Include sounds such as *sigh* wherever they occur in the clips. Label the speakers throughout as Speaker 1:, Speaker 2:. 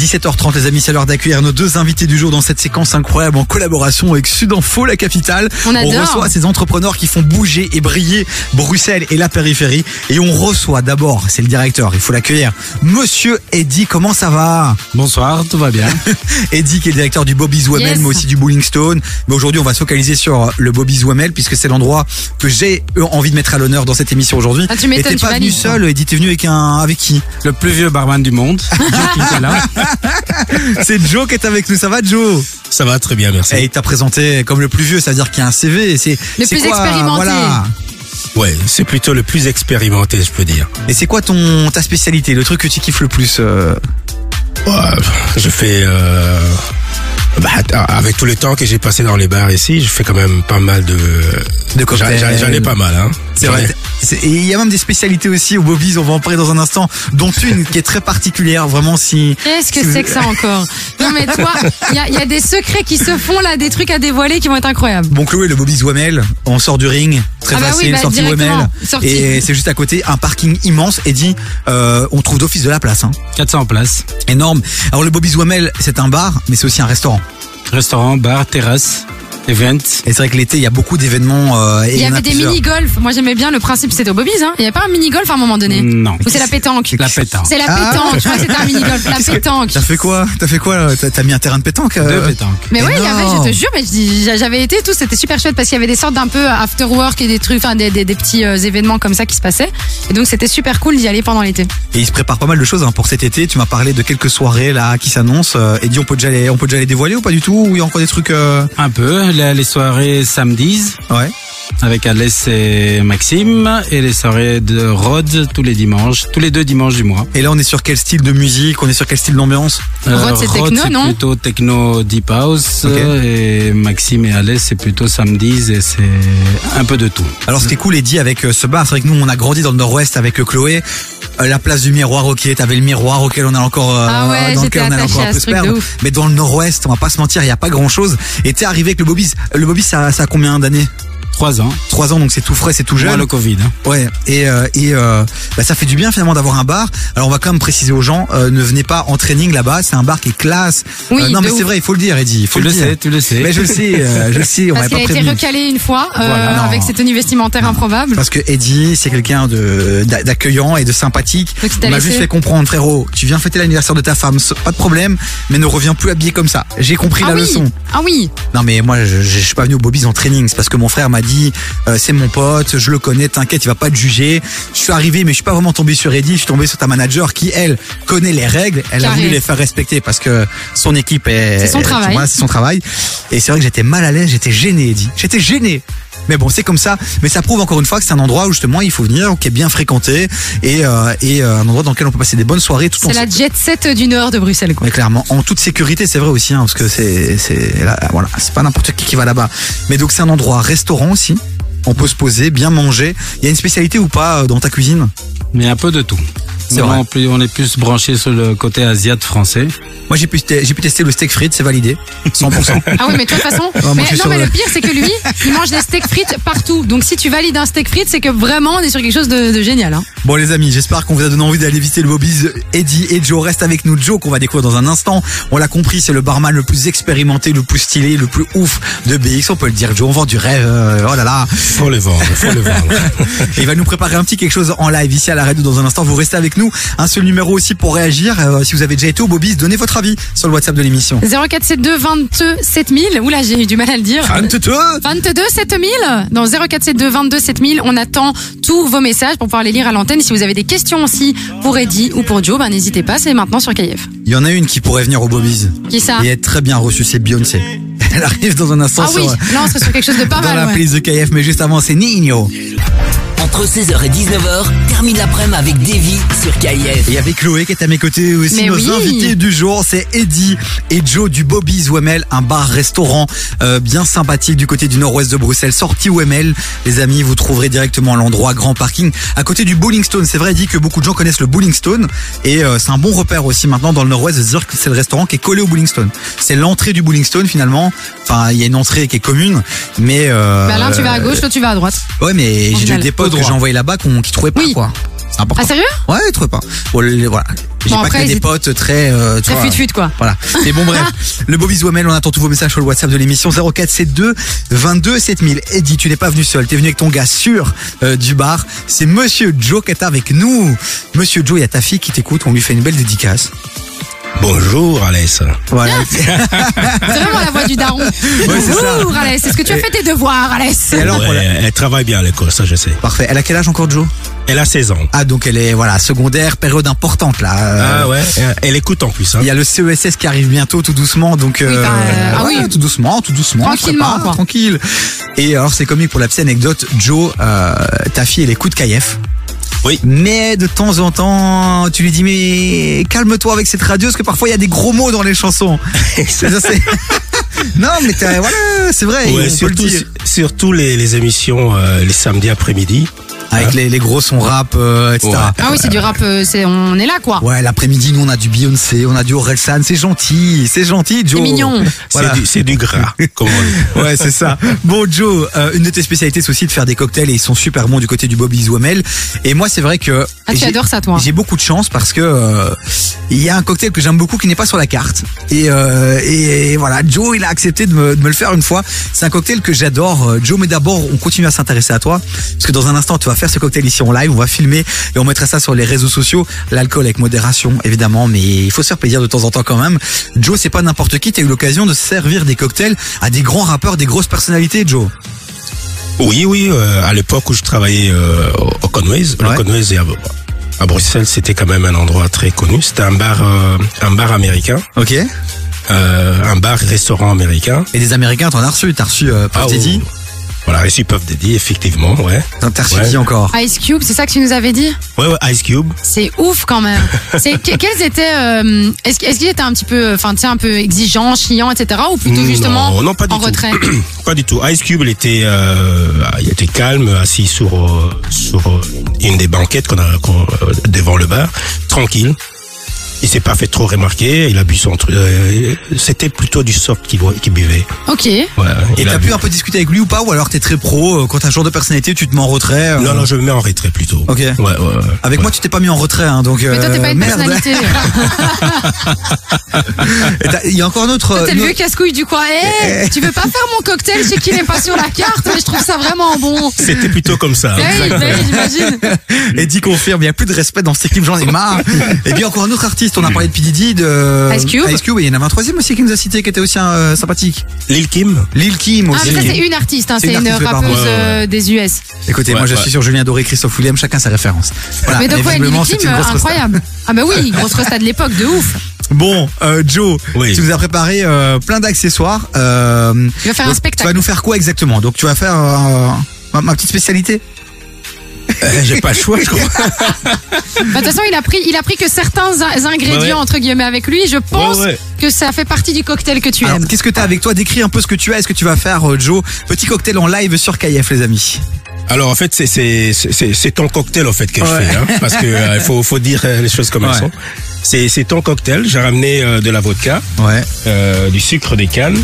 Speaker 1: 17h30 les amis, c'est l'heure d'accueillir nos deux invités du jour dans cette séquence incroyable en collaboration avec Sudinfo, la capitale.
Speaker 2: On adore.
Speaker 1: reçoit ces entrepreneurs qui font bouger et briller Bruxelles et la périphérie. Et on reçoit d'abord, c'est le directeur, il faut l'accueillir, Monsieur Eddy, comment ça va
Speaker 3: Bonsoir, tout va bien.
Speaker 1: Eddy qui est le directeur du Bobby's Wamel,
Speaker 2: Yes.
Speaker 1: mais aussi du Bowling Stone. Mais aujourd'hui, on va se focaliser sur le Bobby's Wamel puisque c'est l'endroit que j'ai euh, envie de mettre à l'honneur dans cette émission aujourd'hui.
Speaker 2: Ah, tu
Speaker 1: et
Speaker 2: m'étonnes,
Speaker 1: t'es
Speaker 2: tu
Speaker 1: pas venu
Speaker 2: valides, toi.
Speaker 1: seul, Eddy, t'es venu avec un, avec
Speaker 2: *laughs*
Speaker 1: qui
Speaker 3: *laughs* Le plus vieux barman du monde. Joe qui était là.
Speaker 1: C'est Joe qui est avec nous. Ça va, Joe
Speaker 4: *laughs* Ça va très bien, merci.
Speaker 1: Et il t'a présenté comme le plus vieux, c'est-à-dire qu'il y a un CV. Et c'est
Speaker 2: Le
Speaker 1: c'est
Speaker 2: plus
Speaker 1: quoi,
Speaker 2: expérimenté.
Speaker 1: Voilà.
Speaker 4: Ouais, c'est plutôt le plus expérimenté, je peux dire.
Speaker 1: Et c'est quoi ton ta spécialité, le truc que tu kiffes le plus euh,
Speaker 4: Ouais, je fais euh, bah, att- avec tout le temps que j'ai passé dans les bars ici, je fais quand même pas mal de.
Speaker 1: de
Speaker 4: J'en
Speaker 1: cocktail
Speaker 4: j'en- j'en ai pas mal, hein.
Speaker 1: C'est
Speaker 4: J'en
Speaker 1: vrai.
Speaker 4: ai-
Speaker 1: C'est- Et il y a même des spécialités aussi au Bobby's. On va en parler dans un instant, dont une qui est très particulière, vraiment si.
Speaker 2: Qu'est-ce que c'est que ça encore Non mais toi, il y a, il y a des secrets qui se font là, des trucs à dévoiler qui vont être incroyables.
Speaker 1: Bon Chloé, le Bobby's Wamel, on sort du ring, très
Speaker 2: Ah bah oui,
Speaker 1: facile,
Speaker 2: bah,
Speaker 1: sortie
Speaker 2: directement,
Speaker 1: Wamel,
Speaker 2: sortie.
Speaker 1: et c'est juste à côté, un parking immense. Et dit, euh, on trouve d'office de la place, hein.
Speaker 3: 400 places.
Speaker 1: énorme. Alors le Bobby's Wamel, c'est un bar, mais c'est aussi un restaurant.
Speaker 3: Restaurant, bar, terrasse, event.
Speaker 1: Et c'est vrai que l'été, il y a beaucoup d'événements. euh, et
Speaker 2: Il y
Speaker 1: en a
Speaker 2: avait des
Speaker 1: plusieurs.
Speaker 2: mini-golf. Moi j'aimais bien le principe, c'était au Bobby's. Hein. Il n'y avait pas un mini-golf à un moment donné
Speaker 3: Non.
Speaker 2: Ou c'est la pétanque
Speaker 3: La péta.
Speaker 2: C'est la
Speaker 1: Mm. Ah.
Speaker 2: pétanque, je crois que c'était un mini-golf, la pétanque.
Speaker 1: T'as fait quoi T'as fait quoi là T'as t'as mis un terrain de pétanque euh,
Speaker 3: Deux pétanques.
Speaker 2: Mais
Speaker 1: Mais
Speaker 2: ouais, il y avait,
Speaker 1: non.
Speaker 2: je te jure, mais je dis- j'a- j'avais été et tout, c'était super chouette parce qu'il y avait des sortes d'un peu euh, after work et des trucs, enfin des, des, des petits euh, événements comme ça qui se passaient. Et donc c'était super cool d'y aller pendant l'été.
Speaker 1: Et il se prépare pas mal de choses hein, pour cet été. Tu m'as parlé de quelques soirées là qui s'annoncent. euh, et dis, on peut déjà les, on peut déjà les dévoiler ou pas du tout Ou il y a encore des trucs euh,
Speaker 3: Un peu. Les, les soirées samedis
Speaker 1: Ouais.
Speaker 3: avec Alès et Maxime. Et les soirées de Rhodes tous les dimanches. Tous les deux dimanches du mois.
Speaker 1: Et là, on est sur quel style de musique On est sur quel style d'ambiance
Speaker 2: Rhodes, c'est techno,
Speaker 3: Euh, c'est
Speaker 2: non
Speaker 3: plutôt techno deep house.
Speaker 1: Ok.
Speaker 3: Et Maxime et Alès, c'est plutôt samedis. Et c'est un peu de tout.
Speaker 1: Alors, ce qui est cool, Eddy, avec euh, ce bar, c'est vrai que nous, on a grandi dans le Nord-Ouest avec euh, Chloé. Euh, la place du miroir, ok, t'avais le miroir auquel on a encore euh,
Speaker 2: Ah ouais,
Speaker 1: dans
Speaker 2: j'étais
Speaker 1: lequel on allait
Speaker 2: attachée
Speaker 1: encore un
Speaker 2: à
Speaker 1: peu
Speaker 2: ce
Speaker 1: se
Speaker 2: truc de
Speaker 1: perdre.
Speaker 2: ouf.
Speaker 1: Mais dans le Nord-Ouest, on va pas se mentir, il y a pas grand chose. Et t'es arrivé avec le Bobby's. Euh, Le Bobby's, ça, ça a combien d'années
Speaker 3: Trois ans.
Speaker 1: Trois ans, donc c'est tout frais, c'est tout
Speaker 3: Moi,
Speaker 1: jeune.
Speaker 3: le Covid. hein.
Speaker 1: Ouais, et, euh, et euh, bah, ça fait du bien finalement d'avoir un bar. Alors on va quand même préciser aux gens, euh, ne venez pas en training là-bas, c'est un bar qui est classe. Euh,
Speaker 2: Oui,
Speaker 1: non
Speaker 2: de
Speaker 1: mais c'est
Speaker 2: ouf.
Speaker 1: vrai, il faut le dire, Eddy, il faut
Speaker 3: Tu le
Speaker 1: dire.
Speaker 3: sais, tu le sais.
Speaker 1: Mais je le sais, euh, je le sais, on
Speaker 2: Parce
Speaker 1: m'avait
Speaker 2: qu'il
Speaker 1: pas
Speaker 2: a été
Speaker 1: prévenu.
Speaker 2: recalé une fois euh,
Speaker 1: Voilà, non.
Speaker 2: avec ses tenues vestimentaires improbables.
Speaker 1: Parce que Eddy, c'est quelqu'un de d'a- d'accueillant et de sympathique.
Speaker 2: Donc, il t'a
Speaker 1: On m'a
Speaker 2: laissé.
Speaker 1: juste fait comprendre, frérot, tu viens fêter l'anniversaire de ta femme, so- pas de problème, mais ne reviens plus habillé comme ça. J'ai compris
Speaker 2: Ah
Speaker 1: la
Speaker 2: oui,
Speaker 1: leçon.
Speaker 2: ah oui,
Speaker 1: Non mais moi je, je suis pas venu au Bobby's en training, c'est parce que mon frère m'a dit euh, c'est mon pote, je le connais, t'inquiète, il va pas te juger. Je suis arrivé mais je suis pas vraiment tombé sur Eddie, je suis tombé sur ta manager qui elle connaît les règles, elle a
Speaker 2: Carré.
Speaker 1: voulu les faire respecter parce que son équipe est
Speaker 2: C'est son
Speaker 1: tu
Speaker 2: travail.
Speaker 1: vois, c'est son travail. Et c'est vrai que j'étais mal à l'aise, j'étais gêné Eddie, j'étais gêné. Mais bon, c'est comme ça. Mais ça prouve encore une fois que c'est un endroit où justement il faut venir, qui est bien fréquenté et, euh, et euh, un endroit dans lequel on peut passer des bonnes soirées tout en
Speaker 2: c'est la jet set du nord de Bruxelles quoi.
Speaker 1: mais clairement, en toute sécurité, c'est vrai aussi, hein, parce que c'est, c'est, là, voilà, c'est pas n'importe qui qui va là-bas. Mais donc c'est un endroit, restaurant aussi. On peut se poser, bien manger. Il y a une spécialité ou pas euh, dans ta cuisine
Speaker 3: Mais un peu de tout.
Speaker 1: C'est
Speaker 3: Vraiment,
Speaker 1: vrai.
Speaker 3: plus- on est plus branché sur le côté asiat français.
Speaker 1: Moi, j'ai pu, te- j'ai pu tester le steak frites, c'est validé, 100%.
Speaker 2: Ah oui, mais toi, de toute
Speaker 1: *laughs*
Speaker 2: façon.
Speaker 1: moi,
Speaker 2: mais,
Speaker 1: je suis
Speaker 2: non,
Speaker 1: sur
Speaker 2: mais
Speaker 1: le-
Speaker 2: le pire, c'est que lui, il mange des steaks frites partout. Donc, si tu valides un steak frites, c'est que vraiment, on est sur quelque chose de, de génial. Hein.
Speaker 1: bon, les amis, j'espère qu'on vous a donné envie d'aller visiter le Bobby's. Eddie et Joe restent avec nous. Joe, qu'on va découvrir dans un instant. On l'a compris, c'est le barman le plus expérimenté, le plus stylé, le plus ouf de BX. On peut le dire, Joe, on vend du rêve. euh, oh là là.
Speaker 4: Faut le vendre, faut le vendre.
Speaker 3: *laughs*
Speaker 1: Et il va nous préparer un petit quelque chose en live ici à la radio dans un instant. Vous restez avec nous. Un seul numéro aussi pour réagir. Euh, si vous avez déjà été au Bobby's, donnez votre avis sur le WhatsApp de l'émission.
Speaker 2: 0472 22 7000. Oula, j'ai eu du mal à le dire. 22 7000 dans 0472 22 7000 on attend tous vos messages pour pouvoir les lire à l'antenne Et si vous avez des questions aussi pour Eddy ou pour Joe ben n'hésitez pas c'est maintenant sur KF
Speaker 1: Il y en a une qui pourrait venir au Bobby's
Speaker 2: qui ça
Speaker 1: et être très bien reçue, c'est Beyoncé. Elle arrive dans un instant
Speaker 2: ah oui
Speaker 1: sur,
Speaker 2: là on serait sur quelque chose de pas
Speaker 1: dans la
Speaker 2: mal ouais.
Speaker 1: playlist de KF, mais juste avant, c'est Nino.
Speaker 5: Entre 16h et 19h, termine l'après-midi avec Davy sur KIF.
Speaker 1: Et il y avait Chloé qui est à mes côtés aussi.
Speaker 2: Mais
Speaker 1: nos
Speaker 2: oui.
Speaker 1: invités du jour, c'est Eddie et Joe du Bobby's Wemel, un bar-restaurant euh, bien sympathique du côté du nord-ouest de Bruxelles. Sortie Wemel, les amis, vous trouverez directement l'endroit grand parking à côté du Bowling Stone. C'est vrai, Eddie, que beaucoup de gens connaissent le Bowling Stone et euh, c'est un bon repère aussi maintenant dans le nord-ouest de se dire que c'est le restaurant qui est collé au Bowling Stone. C'est l'entrée du Bowling Stone finalement. Enfin, il y a une entrée qui est commune, mais euh,
Speaker 2: Ben, l'un tu vas à gauche l'autre tu vas à droite
Speaker 1: Ouais, mais j'ai déjà eu
Speaker 2: Original.
Speaker 1: des potes
Speaker 3: Au
Speaker 1: que
Speaker 3: droit.
Speaker 1: j'ai envoyés là-bas qu'on qui trouvaient pas
Speaker 2: Oui.
Speaker 1: quoi. C'est important.
Speaker 2: Ah, sérieux
Speaker 1: Ouais, il trouvait pas. Bon, le- voilà. J'ai
Speaker 2: Bon,
Speaker 1: pas
Speaker 2: après,
Speaker 1: que
Speaker 2: ils
Speaker 1: des
Speaker 2: étaient-
Speaker 1: potes très. euh, tu
Speaker 2: Très
Speaker 1: vois.
Speaker 2: fut-fut, quoi.
Speaker 1: Voilà. Mais bon,
Speaker 2: *laughs*
Speaker 1: bref. le Bobby Wamel, on attend tous vos messages sur le WhatsApp de l'émission 0472 22 7000. Eddie, tu n'es pas venu seul. T'es venu avec ton gars sûr euh, du bar. C'est Monsieur Joe qui est avec nous. Monsieur Joe, il y a ta fille qui t'écoute. On lui fait une belle dédicace.
Speaker 4: Bonjour, Alès.
Speaker 2: *laughs*
Speaker 1: Voilà.
Speaker 2: C'est vraiment la voix du
Speaker 1: *laughs*
Speaker 2: daron.
Speaker 1: c'est ça.
Speaker 2: Bonjour, Alès. Est-ce que tu as fait tes devoirs, Alès
Speaker 1: Et alors,
Speaker 4: Ouais,
Speaker 1: voilà.
Speaker 4: Elle travaille bien à l'école, ça je sais.
Speaker 1: Parfait. Elle a quel âge encore, Joe
Speaker 4: Elle a 16 ans.
Speaker 1: Ah, donc elle est, voilà, secondaire, période importante, là. Euh,
Speaker 4: Ah ouais, elle- elle écoute en plus. Hein.
Speaker 1: Il y a le CESS qui arrive bientôt, tout doucement, donc
Speaker 2: bah, euh, ah oui.
Speaker 1: tout doucement, tout doucement, on se
Speaker 2: Tranquillement,
Speaker 1: prépare,
Speaker 2: quoi.
Speaker 1: tranquille. Et alors c'est comique pour la petite anecdote, Joe, euh, ta fille elle écoute Kayef.
Speaker 4: Oui.
Speaker 1: Mais de temps en temps, tu lui dis mais calme-toi avec cette radio parce que parfois il y a des gros mots dans les
Speaker 4: *laughs*
Speaker 1: chansons. Ça, c'est- *laughs* non mais t'as- voilà, c'est vrai. on peut
Speaker 4: Ouais,
Speaker 1: le
Speaker 4: surtout,
Speaker 1: dire.
Speaker 4: surtout les, les émissions euh, les samedis après-midi.
Speaker 1: avec les, les gros sons rap, euh, etc.
Speaker 4: Ouais.
Speaker 2: Ah oui, c'est du rap. euh, c'est- on est là, quoi.
Speaker 1: Ouais, l'après-midi, nous, on a du Beyoncé, on a du Orelsan, c'est gentil, c'est gentil, Joe.
Speaker 2: C'est mignon.
Speaker 1: Voilà.
Speaker 4: C'est du, c'est
Speaker 3: *laughs*
Speaker 4: du gras, comme on dit.
Speaker 1: Ouais, c'est ça. Bon, Joe, euh, une de tes spécialités, c'est aussi de faire des cocktails et ils sont super bons du côté du Bobby's Wamel. Et moi, c'est vrai que.
Speaker 2: Ah, tu
Speaker 1: j'ai-
Speaker 2: adores ça, toi.
Speaker 1: J'ai beaucoup de chance parce que euh, il y a un cocktail que j'aime beaucoup qui n'est pas sur la carte. Et, euh, et voilà, Joe, il a accepté de me, de me le faire une fois. C'est un cocktail que j'adore, euh, Joe. Mais d'abord, on continue à s'intéresser à toi parce que dans un instant, tu vas faire ce cocktail ici en live, on va filmer et on mettra ça sur les réseaux sociaux. L'alcool avec modération, évidemment, mais il faut se faire plaisir de temps en temps quand même. Joe, c'est pas n'importe qui. T'as eu l'occasion de servir des cocktails à des grands rappeurs, des grosses personnalités, Joe.
Speaker 4: Oui, oui, euh, à l'époque où je travaillais euh, au au Conways,
Speaker 1: Ouais.
Speaker 4: le Conways est à, à Bruxelles, c'était quand même un endroit très connu. C'était un bar, euh, un bar américain,
Speaker 1: Ok. Et
Speaker 4: euh, un bar-restaurant américain.
Speaker 1: des Américains, t'en as reçu. T'as reçu euh, Puff
Speaker 4: Ah,
Speaker 1: Daddy.
Speaker 4: oh, Voilà, Reçu Puff Daddy, effectivement, ouais.
Speaker 1: T'as reçu
Speaker 4: Ouais.
Speaker 1: qui encore
Speaker 2: Ice Cube, c'est ça que tu nous avais dit
Speaker 4: Ouais, ouais, Ice Cube.
Speaker 2: C'est ouf
Speaker 1: *laughs*
Speaker 2: quand même. C'est que- quels étaient euh, Est-ce est qu'ils étaient un petit peu, euh, enfin, tu sais, un peu exigeants, chiants, etc. Ou plutôt
Speaker 1: Mm,
Speaker 2: justement
Speaker 4: non, non, pas du
Speaker 2: en
Speaker 4: tout.
Speaker 2: retrait
Speaker 4: *clears throat* Pas du tout. Ice Cube, il était, euh, il était calme, assis sur, euh, sur euh, une des banquettes qu'on a qu'on- euh, devant le bar, tranquille. Il s'est pas fait trop remarquer. Il a bu son truc. euh, C'était plutôt du soft qu'il bo- qu'il buvait.
Speaker 2: Ok.
Speaker 1: Euh,
Speaker 4: Ouais,
Speaker 1: Et
Speaker 4: il a
Speaker 1: t'as
Speaker 4: bu.
Speaker 1: pu un peu discuter avec lui ou pas Ou alors t'es très pro, euh, quand t'as un genre de personnalité, tu te mets en retrait euh,
Speaker 4: Non, non, je me mets en retrait plutôt.
Speaker 1: Ok.
Speaker 4: Ouais, ouais, ouais.
Speaker 1: Avec
Speaker 4: Ouais.
Speaker 1: moi, tu t'es pas mis en retrait, hein, donc.
Speaker 2: Mais toi, t'es
Speaker 1: euh,
Speaker 2: pas une
Speaker 1: merde. *laughs*
Speaker 2: personnalité.
Speaker 1: Et t'as- Il y a encore un autre.
Speaker 2: Toi,
Speaker 1: euh, Eh.
Speaker 2: t'es
Speaker 1: une
Speaker 2: le vieux
Speaker 1: autre-
Speaker 2: casse-couille du coin. Hey, tu veux pas faire mon cocktail Je sais qu'il est pas sur la carte, mais je trouve ça vraiment bon. Eh
Speaker 4: C'était plutôt comme ça.
Speaker 2: Hey, hey, j'imagine.
Speaker 1: Eddie confirme, il y a plus de respect dans cette équipe, j'en ai *laughs* marre. Et puis encore un autre artiste, on a parlé de Pididi, de
Speaker 2: Ice Cube.
Speaker 1: Ice Cube, et il y en avait un troisième aussi qui nous a cité, qui était aussi un, euh, sympathique.
Speaker 4: Lil Kim.
Speaker 1: Lil Kim
Speaker 2: Ah,
Speaker 1: aussi.
Speaker 2: mais ça, c'est une artiste, hein,
Speaker 1: C'est
Speaker 2: c'est
Speaker 1: une
Speaker 2: une,
Speaker 1: artiste, pardon.
Speaker 2: rappeuse
Speaker 4: Ouais, ouais, ouais.
Speaker 2: euh, des US.
Speaker 1: Écoutez,
Speaker 4: Ouais,
Speaker 1: moi je
Speaker 4: ouais.
Speaker 1: suis sur Julien Doré, Christophe Willem, chacun sa référence. Voilà. Ah,
Speaker 2: mais
Speaker 1: Et
Speaker 2: donc, ouais, Lil
Speaker 1: visiblement,
Speaker 2: Kim,
Speaker 1: c'est une grosse resta.
Speaker 2: incroyable. Ah, bah oui, grosse resta de l'époque, de ouf.
Speaker 1: Bon, euh, Joe,
Speaker 4: Oui.
Speaker 1: tu nous as préparé euh, plein d'accessoires. Euh,
Speaker 2: Tu
Speaker 1: donc,
Speaker 2: vas faire un
Speaker 1: Tu vas
Speaker 2: spectacle.
Speaker 1: nous faire quoi exactement Donc tu vas faire euh, ma- ma petite spécialité
Speaker 4: Euh, J'ai pas le choix, je crois.
Speaker 2: Bah, De toute façon, il a pris, il a pris que certains in- ingrédients
Speaker 4: Ouais, ouais.
Speaker 2: entre guillemets avec lui. Je pense
Speaker 4: ouais.
Speaker 2: que ça fait partie du cocktail que tu
Speaker 1: Alors,
Speaker 2: aimes.
Speaker 1: qu'est-ce que t'as avec toi Décris un peu ce que tu as et ce que tu vas faire, euh, Joe. Petit cocktail en live sur KF, les amis.
Speaker 4: *laughs* Alors en fait c'est c'est c'est c'est ton cocktail en fait que
Speaker 1: Ouais.
Speaker 4: je fais hein, parce que euh, il faut faut dire euh, les choses comme elles
Speaker 1: Ouais.
Speaker 4: sont. C'est c'est ton cocktail. J'ai ramené euh, de la vodka,
Speaker 1: Ouais.
Speaker 4: euh, du sucre des cannes,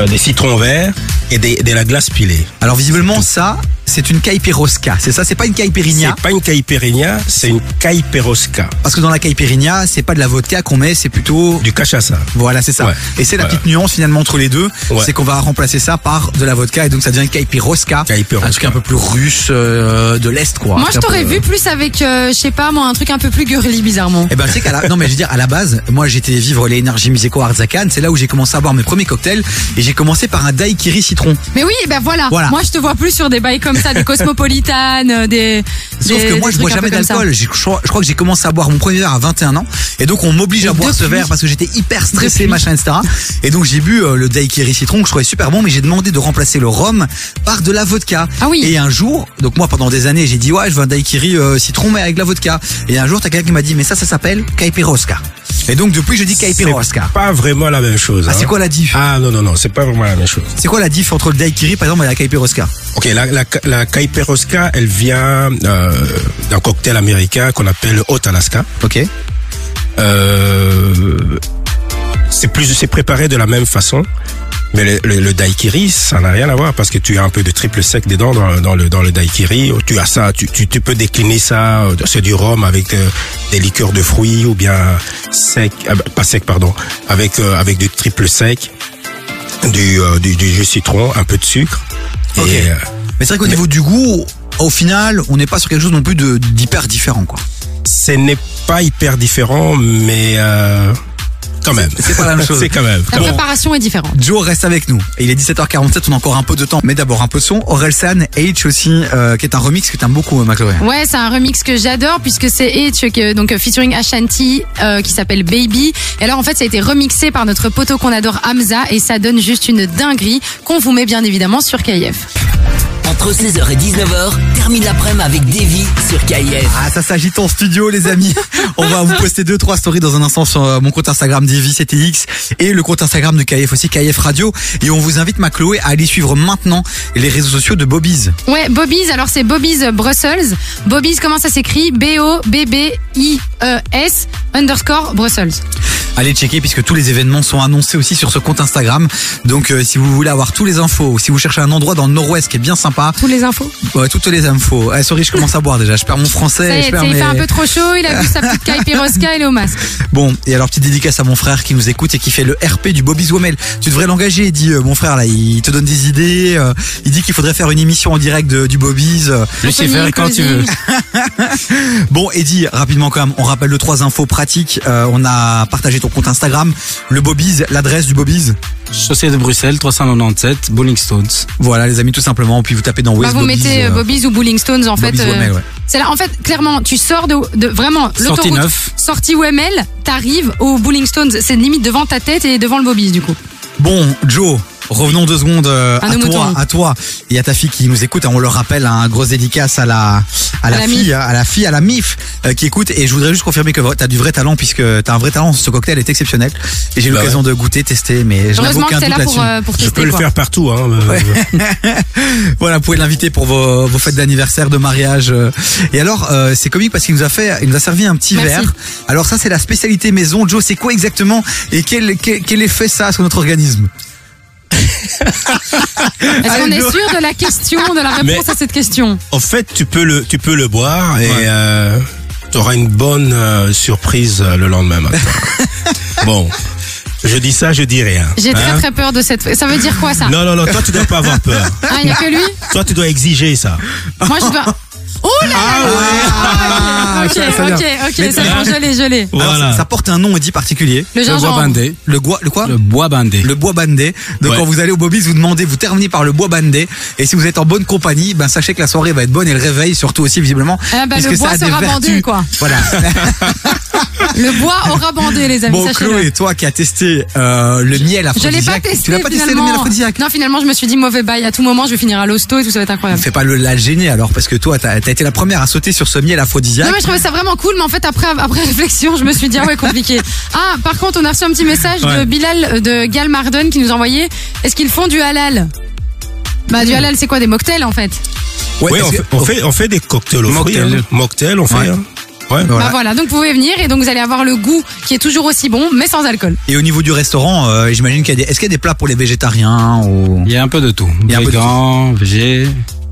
Speaker 4: euh, des citrons verts et des, de la glace pilée.
Speaker 1: Alors, visiblement, ça, c'est une caipirosca. C'est ça, c'est pas une
Speaker 4: C'est
Speaker 1: caipirinha.
Speaker 4: pas une caipirinha, c'est une caiperosca,
Speaker 1: Parce que dans la caipirinha, c'est pas de la vodka qu'on met, c'est plutôt.
Speaker 4: du cachaça.
Speaker 1: Voilà, c'est ça.
Speaker 4: Ouais.
Speaker 1: Et c'est la
Speaker 4: Voilà.
Speaker 1: petite nuance finalement entre les deux.
Speaker 4: Ouais.
Speaker 1: C'est qu'on va remplacer ça par de la vodka et donc ça devient une caipirosca.
Speaker 4: Caipirosca.
Speaker 1: Un truc un peu plus russe euh, de l'Est, quoi.
Speaker 2: moi,
Speaker 1: Un
Speaker 2: je
Speaker 1: truc un
Speaker 2: t'aurais
Speaker 1: peu-
Speaker 2: vu plus avec, euh, je sais pas, moi, un truc un peu plus girly, bizarrement.
Speaker 1: Eh ben, c'est qu'à la, non, mais je veux dire, à la base, moi, j'étais vivre l'énergie musico à Arzakan. C'est là où j'ai commencé à boire mes premiers cocktails et j'ai commencé par un daiquiri citron.
Speaker 2: Mais oui, et ben voilà.
Speaker 1: Voilà.
Speaker 2: Moi, je te vois plus sur des bails comme
Speaker 1: *laughs*
Speaker 2: ça, des cosmopolitanes, euh, des.
Speaker 1: Sauf
Speaker 2: des-
Speaker 1: que moi,
Speaker 2: des
Speaker 1: je bois
Speaker 2: trucs un peu
Speaker 1: jamais
Speaker 2: comme ça.
Speaker 1: d'alcool. J'ai- Je crois je crois que j'ai commencé à boire mon premier verre à 21 ans. Et donc, on m'oblige à boire ce
Speaker 2: depuis-
Speaker 1: verre parce que j'étais hyper stressé,
Speaker 2: depuis-
Speaker 1: machin, etc. Et donc, j'ai bu euh, le daiquiri citron que je trouvais super bon, mais j'ai demandé de remplacer le rhum par de la vodka.
Speaker 2: Ah oui.
Speaker 1: Et un jour, donc moi, pendant des années, j'ai dit, ouais, je veux un daiquiri euh, citron, mais avec de la vodka. Et un jour, t'as quelqu'un qui m'a dit, mais ça, ça s'appelle Caipiroska. Et donc, depuis, je dis Caipiroska.
Speaker 4: C'est Pas vraiment la même chose.
Speaker 1: Ah, c'est
Speaker 4: hein.
Speaker 1: quoi la diff?
Speaker 4: Ah non non non, c'est pas vraiment la même chose.
Speaker 1: C'est quoi la diff entre le daiquiri, par exemple, et la Caipiroska?
Speaker 4: Ok, la, la, la caiperosca, elle vient euh, d'un cocktail américain qu'on appelle le Hot Alaska.
Speaker 1: Ok.
Speaker 4: Euh, c'est plus, c'est préparé de la même façon. Mais le, le, le daiquiri, ça n'a rien à voir parce que tu as un peu de triple sec dedans dans, dans le dans le daiquiri. Tu as ça, tu, tu, tu peux décliner ça. euh, C'est du rhum avec euh, des liqueurs de fruits ou bien sec, ah, bah, pas sec pardon, avec euh, avec du triple sec, du, euh, du du jus citron, un peu de sucre.
Speaker 1: Ok.
Speaker 4: Et, euh,
Speaker 1: Mais c'est vrai qu'au niveau du goût, au final, on n'est pas sur quelque chose non plus de- d'hyper différent, quoi.
Speaker 4: ce n'est pas hyper différent, mais euh, quand même.
Speaker 1: c'est pas la même chose.
Speaker 4: *laughs* c'est quand même.
Speaker 2: La
Speaker 4: quand même.
Speaker 2: préparation est différente.
Speaker 1: Joe reste avec nous. Et il est 17h47, on a encore un peu de temps. Mais d'abord un peu de son. Aurel San, H aussi, euh, qui est un remix que t'aimes beaucoup, euh, McLaurin.
Speaker 2: Ouais, c'est un remix que j'adore puisque c'est H, que- donc euh, featuring Ashanti euh, qui s'appelle Baby. Et alors en fait, ça a été remixé par notre poteau qu'on adore Hamza et ça donne juste une dinguerie qu'on vous met bien évidemment sur KF.
Speaker 5: Entre 16h et 19h, termine l'après-midi avec Davy sur KIF.
Speaker 1: Ah, ça s'agite en studio, les amis. *laughs* On va vous poster deux, trois stories dans un instant sur euh, mon compte Instagram DVCTX et le compte Instagram de KF aussi, KF Radio. Et on vous invite, ma Chloé, à aller suivre maintenant les réseaux sociaux de Bobby's.
Speaker 2: Ouais, Bobby's, alors c'est Bobby's Brussels. Bobby's, comment ça s'écrit B-O-B-B-I-E-S E underscore Brussels.
Speaker 1: Allez checker puisque tous les événements sont annoncés aussi sur ce compte Instagram. Donc, euh, si vous voulez avoir tous les infos, si vous cherchez un endroit dans le Nord-Ouest qui est bien sympa,
Speaker 2: Toutes les infos.
Speaker 1: ouais, toutes les infos. Ah, sorry, je commence à boire déjà. Je perds mon français.
Speaker 2: Ça y
Speaker 1: je
Speaker 2: est, tu
Speaker 1: perds
Speaker 2: sais, il
Speaker 1: mes-
Speaker 2: fait un peu trop chaud, il a vu sa
Speaker 1: *laughs*
Speaker 2: petite caipiroska, il est au masque.
Speaker 1: Bon, et alors petite dédicace à mon frère qui nous écoute et qui fait le RP du Bobby Womel. Tu devrais l'engager, il dit euh, mon frère là, il te donne des idées, euh, il dit qu'il faudrait faire une émission en direct de- du Bobby's. euh.
Speaker 3: Lucifer, quand tu veux.
Speaker 1: Bon, Eddie, rapidement quand même, on rappelle le trois infos pratiques. Euh, on a partagé ton compte Instagram, le Bobby's, l'adresse du Bobby's.
Speaker 3: Chaussée de Bruxelles, 397, Bowling Stones.
Speaker 1: Voilà les amis, tout simplement. Puis vous tapez dans
Speaker 2: Bah,
Speaker 1: West
Speaker 2: vous
Speaker 1: Bobby's,
Speaker 2: mettez
Speaker 1: euh,
Speaker 2: euh, Bobby's ou Bowling Stones en
Speaker 1: Bobby's
Speaker 2: fait. euh,
Speaker 1: Womel, ouais.
Speaker 2: C'est là, en fait, clairement, tu sors de, de vraiment
Speaker 3: Sortie
Speaker 2: l'autoroute,
Speaker 3: neuf.
Speaker 2: sortie UML, t'arrives au Bowling Stones, c'est limite devant ta tête et devant le Bobby's du coup.
Speaker 1: Bon, Joe. Revenons deux secondes euh,
Speaker 2: À
Speaker 1: à
Speaker 2: nos
Speaker 1: toi,
Speaker 2: moutons.
Speaker 1: à toi et à ta fille qui nous écoute. hein, on le rappelle, un gros dédicace à la à la,
Speaker 2: la
Speaker 1: fille,
Speaker 2: MIF.
Speaker 1: hein, à la fille, à la mif euh, qui écoute. Et je voudrais juste confirmer que t'as du vrai talent puisque t'as un vrai talent. Ce cocktail est exceptionnel et j'ai eu
Speaker 4: Bah
Speaker 1: l'occasion de goûter, tester, mais je n'avoue
Speaker 2: Heureusement que
Speaker 1: aucun
Speaker 2: t'es
Speaker 1: doute
Speaker 2: là
Speaker 1: là-dessus.
Speaker 2: pour, euh, pour
Speaker 4: Je peux
Speaker 2: tester
Speaker 4: le
Speaker 2: quoi.
Speaker 4: faire partout. Hein, euh, *laughs*
Speaker 1: Voilà, vous pouvez l'inviter pour vos, vos fêtes d'anniversaire, de mariage. euh. Et alors, euh, c'est comique parce qu'il nous a fait, il nous a servi un petit
Speaker 2: Merci.
Speaker 1: verre. Alors ça, c'est la spécialité maison. Joe, c'est quoi exactement et quel, quel quel effet ça a sur notre organisme
Speaker 2: Est-ce qu'on
Speaker 1: Allez,
Speaker 2: est
Speaker 1: go.
Speaker 2: sûr de la question, de la réponse
Speaker 4: Mais-
Speaker 2: à cette question
Speaker 4: En fait, tu peux le, tu peux le boire et
Speaker 1: Ouais.
Speaker 4: euh, tu auras une bonne euh, surprise euh, le
Speaker 2: *laughs*
Speaker 4: lendemain matin. bon, je dis ça, je dis rien.
Speaker 2: J'ai très
Speaker 4: hein.
Speaker 2: très peur de cette. Ça veut dire quoi ça
Speaker 4: Non, non, non, toi tu dois pas avoir peur.
Speaker 2: Ah, il y a que lui
Speaker 1: *laughs*
Speaker 4: Toi tu dois exiger ça.
Speaker 2: Moi je dois. Oh là là
Speaker 1: Ah,
Speaker 2: là Ok,
Speaker 1: ça, ça
Speaker 2: ok,
Speaker 1: vient.
Speaker 2: ok, c'est bon, je l'ai, je l'ai.
Speaker 1: Alors,
Speaker 4: Voilà.
Speaker 1: ça, ça porte un nom, dit particulier.
Speaker 2: Le
Speaker 3: Le bois
Speaker 2: gingembre.
Speaker 3: bandé.
Speaker 1: Le bois, le quoi
Speaker 3: Le bois bandé.
Speaker 1: Le bois bandé. Donc
Speaker 4: Ouais.
Speaker 1: quand vous allez au Bobby's, vous demandez, vous terminez par le bois bandé. Et si vous êtes en bonne compagnie, ben sachez que la soirée va être bonne et le réveil surtout aussi visiblement.
Speaker 2: Ah, bah,
Speaker 1: puisque
Speaker 2: le
Speaker 1: ça
Speaker 2: bois
Speaker 1: a des
Speaker 2: sera
Speaker 1: vertus.
Speaker 2: bandé, quoi. *laughs*
Speaker 1: Voilà.
Speaker 2: Le bois aura bandé, les amis,
Speaker 1: bon
Speaker 2: sachez-le.
Speaker 1: Chloé, toi qui as testé euh, le miel
Speaker 2: Je l'ai
Speaker 1: aphrodisiaque,
Speaker 2: pas testé.
Speaker 1: tu l'as pas testé le
Speaker 2: finalement.
Speaker 1: miel aphrodisiaque.
Speaker 2: Non, finalement, je me suis dit mauvais bail. À tout moment, je vais finir à l'hosto et tout, ça va être incroyable.
Speaker 1: Fais pas le la gêner alors parce que toi t'as t'as été la première à sauter sur ce miel
Speaker 2: Non
Speaker 1: aphrodisiaque.
Speaker 2: mais je trouvais ça vraiment cool, mais en fait après après *laughs* réflexion, je me suis dit ah
Speaker 1: *laughs*
Speaker 2: ouais compliqué. Ah par contre on a reçu un petit message de
Speaker 1: Ouais.
Speaker 2: Bilal euh, de Gal Marden qui nous envoyait est-ce qu'ils font du halal Bah
Speaker 1: Hmm.
Speaker 2: du halal c'est quoi des mocktails en fait. Bah,
Speaker 1: Ouais,
Speaker 4: Oui,
Speaker 1: parce
Speaker 4: on,
Speaker 1: que-
Speaker 4: fait, on, fait, on fait des cocktails au fruits.
Speaker 3: Mocktail.
Speaker 4: Hein. Mocktail, on fait.
Speaker 1: Ouais.
Speaker 4: hein. Ouais.
Speaker 1: Voilà.
Speaker 2: Bah voilà donc vous pouvez venir et donc vous allez avoir le goût qui est toujours aussi bon mais sans alcool.
Speaker 1: Et au niveau du restaurant, euh, j'imagine qu'il y a des. Est-ce qu'il y a des plats pour les végétariens ou
Speaker 3: Il y a un peu de tout.
Speaker 1: Il y a un peu de
Speaker 3: Végan, végé,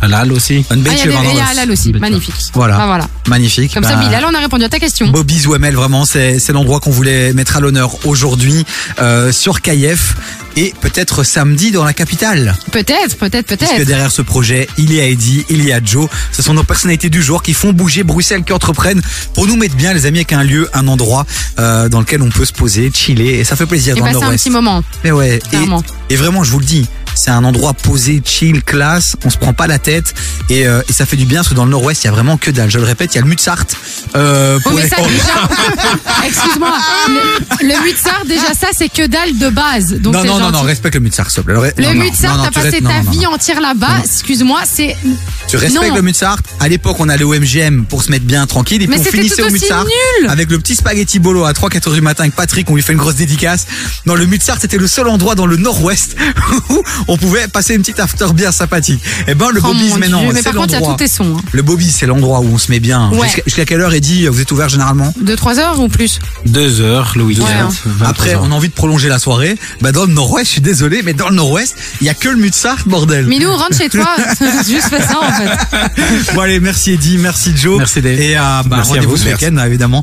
Speaker 3: halal aussi.
Speaker 1: Un
Speaker 2: Ah,
Speaker 1: bête
Speaker 2: il y a
Speaker 1: chez
Speaker 2: des-
Speaker 1: Vendredi.
Speaker 2: il y a halal aussi
Speaker 1: Bah,
Speaker 3: Bête.
Speaker 2: magnifique.
Speaker 1: Voilà.
Speaker 2: Ah, voilà
Speaker 1: Magnifique.
Speaker 2: comme ça
Speaker 1: Bah,
Speaker 2: Bilal on a répondu à ta question.
Speaker 1: Bobby Zwemel, vraiment, c'est c'est l'endroit qu'on voulait mettre à l'honneur aujourd'hui euh, sur KF et peut-être samedi dans la capitale.
Speaker 2: Peut-être peut-être
Speaker 1: Parce que
Speaker 2: peut-être.
Speaker 1: derrière ce projet, il y a Eddie, il y a Joe. Ce sont nos personnalités du jour qui font bouger Bruxelles, qui entreprennent pour nous mettre bien, les amis, avec un lieu, un endroit euh, dans lequel on peut se poser, chiller. Et ça fait plaisir
Speaker 2: Et
Speaker 1: dans le
Speaker 2: passer un
Speaker 1: Nord-Ouest.
Speaker 2: petit moment.
Speaker 1: Mais ouais,
Speaker 2: Clairement.
Speaker 1: et, et vraiment, je vous le dis, c'est un endroit posé, chill, classe, on se prend pas la tête et, euh, et ça fait du bien parce que dans le nord-ouest, il y a vraiment que dalle. Je le répète, il y a le Mutsart. Euh,
Speaker 2: Oui,
Speaker 1: pour
Speaker 2: mais
Speaker 1: les-
Speaker 2: ça, déjà, *laughs* excuse-moi, le, le Mutsar, déjà, ça, c'est que dalle de base. Donc,
Speaker 1: non,
Speaker 2: c'est
Speaker 1: non, non, non,
Speaker 2: gentil.
Speaker 1: respecte le Mutsart, s'il te plaît. re- non,
Speaker 2: Le
Speaker 1: non, non,
Speaker 2: Mutsar,
Speaker 1: non,
Speaker 2: t'as
Speaker 1: tu
Speaker 2: passé
Speaker 1: restes- non,
Speaker 2: ta
Speaker 1: non, non. Euh,
Speaker 2: vie entière là-bas. Excuse-moi, c'est.
Speaker 1: Tu respectes
Speaker 2: Non.
Speaker 1: le Mutsart. À l'époque, on allait au MGM pour se mettre bien tranquille. Et
Speaker 2: Mais
Speaker 1: puis on
Speaker 2: c'était
Speaker 1: finissait
Speaker 2: tout
Speaker 1: au
Speaker 2: aussi
Speaker 1: Mutsart.
Speaker 2: nul.
Speaker 1: Avec le petit spaghetti bolo à 3-4 heures du matin avec Patrick, on lui fait une grosse dédicace. Dans le Mutsart, c'était le seul endroit dans le nord-ouest où on pouvait passer une petite after bien sympathique. Et ben le
Speaker 2: Oh
Speaker 1: Bobby's
Speaker 2: mon
Speaker 1: maintenant,
Speaker 2: Dieu, Mais
Speaker 1: c'est
Speaker 2: par contre, il y a
Speaker 1: l'endroit.
Speaker 2: tous tes sons. hein.
Speaker 1: Le Bobby, c'est l'endroit où on se met bien.
Speaker 2: Ouais.
Speaker 1: Jusqu'à jusqu'à quelle heure, Eddy, vous êtes ouvert généralement
Speaker 2: De 3 heures ou plus
Speaker 3: Deux heures, le week-end.
Speaker 2: Ouais, hein.
Speaker 3: 23
Speaker 1: Après,
Speaker 3: heures.
Speaker 1: on a envie de prolonger la soirée. Bah, dans le nord-ouest, je suis désolé, mais dans le nord-ouest, il y a que le Mutsart, bordel.
Speaker 2: Minou, rentre chez toi. *laughs* Juste fais ça, en fait.
Speaker 1: Bon, allez, merci Eddy, merci Joe.
Speaker 3: Merci, Dave.
Speaker 1: Et euh, bah,
Speaker 3: Merci à
Speaker 1: rendez-vous
Speaker 3: vous,
Speaker 1: ce
Speaker 3: merci.
Speaker 1: week-end, évidemment.